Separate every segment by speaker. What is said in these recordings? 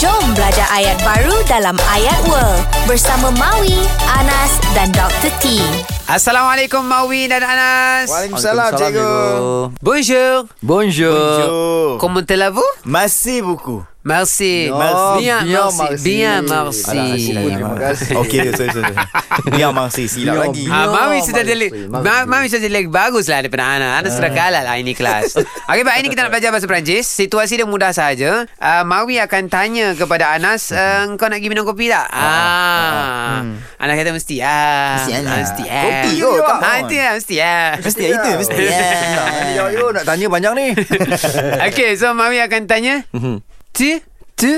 Speaker 1: Belajar ayat baru dalam Ayat World bersama Maui, Anas dan Dr. T.
Speaker 2: Assalamualaikum Mawi dan Anas.
Speaker 3: Waalaikumsalam, cikgu.
Speaker 2: Bonjour.
Speaker 4: Bonjour.
Speaker 3: Bonjour.
Speaker 2: Comment allez-vous?
Speaker 3: Masih buku.
Speaker 2: Merci.
Speaker 3: Non,
Speaker 2: bien,
Speaker 4: bien,
Speaker 2: merci.
Speaker 4: merci.
Speaker 2: Bien, merci.
Speaker 3: Alah, lah, ya.
Speaker 4: Si.
Speaker 3: aku pun terima kasih. Okey, sorry, sorry. sorry. Biar masih silap
Speaker 4: Biar-
Speaker 3: lagi.
Speaker 2: Ah,
Speaker 4: Ya,
Speaker 2: Mami sudah
Speaker 4: bagus,
Speaker 2: jelek
Speaker 4: bagus.
Speaker 2: Ma- Mami sudah jelek Baguslah daripada Ana Ana
Speaker 3: Ah.
Speaker 2: sudah kalah lah ini kelas Okey baik ini kita nak belajar bahasa Perancis Situasi dia mudah saja uh, Mawi akan tanya kepada Anas uh,
Speaker 3: Hmm.
Speaker 2: Kau nak pergi minum kopi tak?
Speaker 3: ah,
Speaker 2: Ah, Anas kata mesti ah,
Speaker 4: Mesti, Anas.
Speaker 2: ah, Mesti ah.
Speaker 3: lah. Kopi kot,
Speaker 2: Ah,
Speaker 3: come on.
Speaker 2: Itu lah mesti ah.
Speaker 3: Mesti lah itu, mesti.
Speaker 4: Ya, yo, nak tanya banyak ni.
Speaker 2: Okey so Mawi akan tanya Tu Tu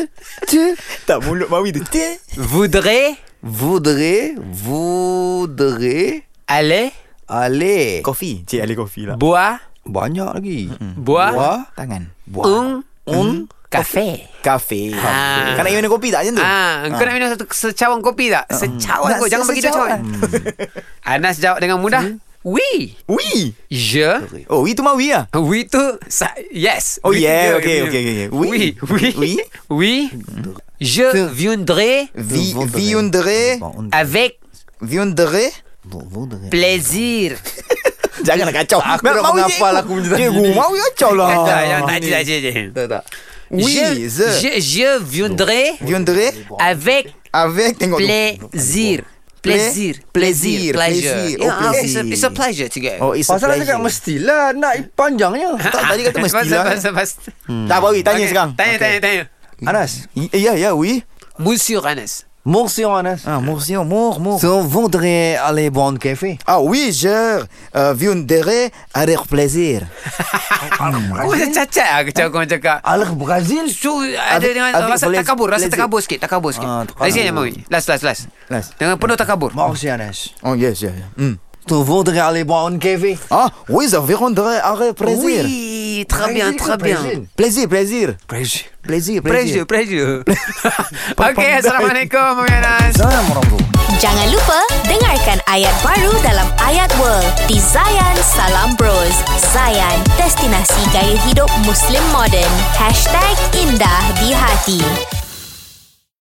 Speaker 2: Tu
Speaker 3: Tak mulut Mawi tu. Teh.
Speaker 2: Voudrais
Speaker 4: Voudrais, voudrais
Speaker 2: aller
Speaker 4: aller.
Speaker 3: Kopi. Cik Ali kopi lah.
Speaker 2: boire
Speaker 4: Banyak lagi.
Speaker 2: Boire.
Speaker 4: Boire.
Speaker 3: Tangan.
Speaker 2: un
Speaker 3: Un
Speaker 2: café
Speaker 3: kafe.
Speaker 2: Ah.
Speaker 3: Kau nak minum kopi tak macam tu?
Speaker 2: Ah, kau nak minum satu secawan kopi tak?
Speaker 3: Ah.
Speaker 2: Secawan
Speaker 3: Tak,
Speaker 2: kau jangan
Speaker 3: se-
Speaker 2: bagi dia
Speaker 3: secawan.
Speaker 2: cawan. Mm. Anas jawab dengan mudah. Oui.
Speaker 3: Ui.
Speaker 2: Je.
Speaker 3: Oh, itu Mawi lah.
Speaker 2: Oui tu sa- yes.
Speaker 3: Oh,
Speaker 2: Oui tu je.
Speaker 3: yeah, okay, okay, okay, okay. Oui.
Speaker 2: Oui. Oui.
Speaker 3: Oui.
Speaker 2: Oui. Je viendrai
Speaker 5: Vi- viendrai,
Speaker 2: avec
Speaker 5: viendrai.
Speaker 4: Voudrais.
Speaker 2: plaisir.
Speaker 3: Janganlah kacau.
Speaker 4: Aku
Speaker 3: Ma-
Speaker 4: nak
Speaker 3: Mawi
Speaker 4: menghafal
Speaker 3: cikgu.
Speaker 4: aku punya tadi
Speaker 3: Cikgu,
Speaker 4: ni.
Speaker 3: Mawi kacau
Speaker 5: Oh,
Speaker 3: lah.
Speaker 2: Tak, jangan, tak, tak, tak, tak, tak.
Speaker 4: Tak, tak.
Speaker 5: Oui,
Speaker 2: Je,
Speaker 5: je.
Speaker 2: je, je viendrai
Speaker 5: Viendrai
Speaker 2: avec
Speaker 5: avec, tengok tu.
Speaker 2: plaisir. Plaisir.
Speaker 5: Plaisir.
Speaker 2: Plaisir.
Speaker 5: Plaisir.
Speaker 2: Pleasure.
Speaker 5: Oh,
Speaker 2: Yeah, it's a-
Speaker 5: plaisir.
Speaker 2: It's a pleasure to get.
Speaker 3: Oh, it's a
Speaker 4: Pasal aku cakap
Speaker 3: pleasure.
Speaker 4: mestilah nak panjangnya.
Speaker 3: Tak, tadi kata
Speaker 5: hein?
Speaker 3: mestilah.
Speaker 2: Pasal, pasal, pasal.
Speaker 3: Tak, Mawi, tanya
Speaker 2: Okey,
Speaker 3: sekarang.
Speaker 2: Tanya, tanya, tanya.
Speaker 4: Anas,
Speaker 3: Y- Ya, ya, oui.
Speaker 2: Monsieur Anas.
Speaker 4: monsieur Anas.
Speaker 3: Ah, mort, sinon, mort, mort.
Speaker 4: So, voudrais aller boire un café.
Speaker 5: Ah oui, je euh, viendrai avec plaisir.
Speaker 2: Kau macam cacat lah Macam kau cakap
Speaker 4: Alah Brazil.
Speaker 2: So ada
Speaker 3: Adik-
Speaker 2: dengan
Speaker 3: adik
Speaker 2: Rasa
Speaker 3: boleh-
Speaker 2: takabur Rasa
Speaker 3: boleh-
Speaker 2: takabur sikit Takabur sikit
Speaker 3: Ah,
Speaker 2: Lagi sikit Mawi Last last last
Speaker 3: Last.
Speaker 2: Dengan penuh takabur
Speaker 4: Merci Anas.
Speaker 5: Oh yes, yes. yes. Hmm.
Speaker 4: Tu voudrais aller boire un café.
Speaker 5: Ah oui, je viendrai avec plaisir.
Speaker 2: Oui Très bien
Speaker 4: Brazil ke
Speaker 2: Très bien
Speaker 5: Plaisir,
Speaker 4: Brazil?
Speaker 5: plaisir.
Speaker 4: Brazil.
Speaker 5: Plaisir,
Speaker 2: Pressure
Speaker 5: plaisir.
Speaker 2: Pressure Okay Assalamualaikum Mawi Anas
Speaker 4: Salam warahmatullahi
Speaker 1: Jangan lupa dengarkan ayat baru dalam Ayat World di Zayan Salam Bros. Zayan, destinasi gaya hidup Muslim modern. #IndahDiHati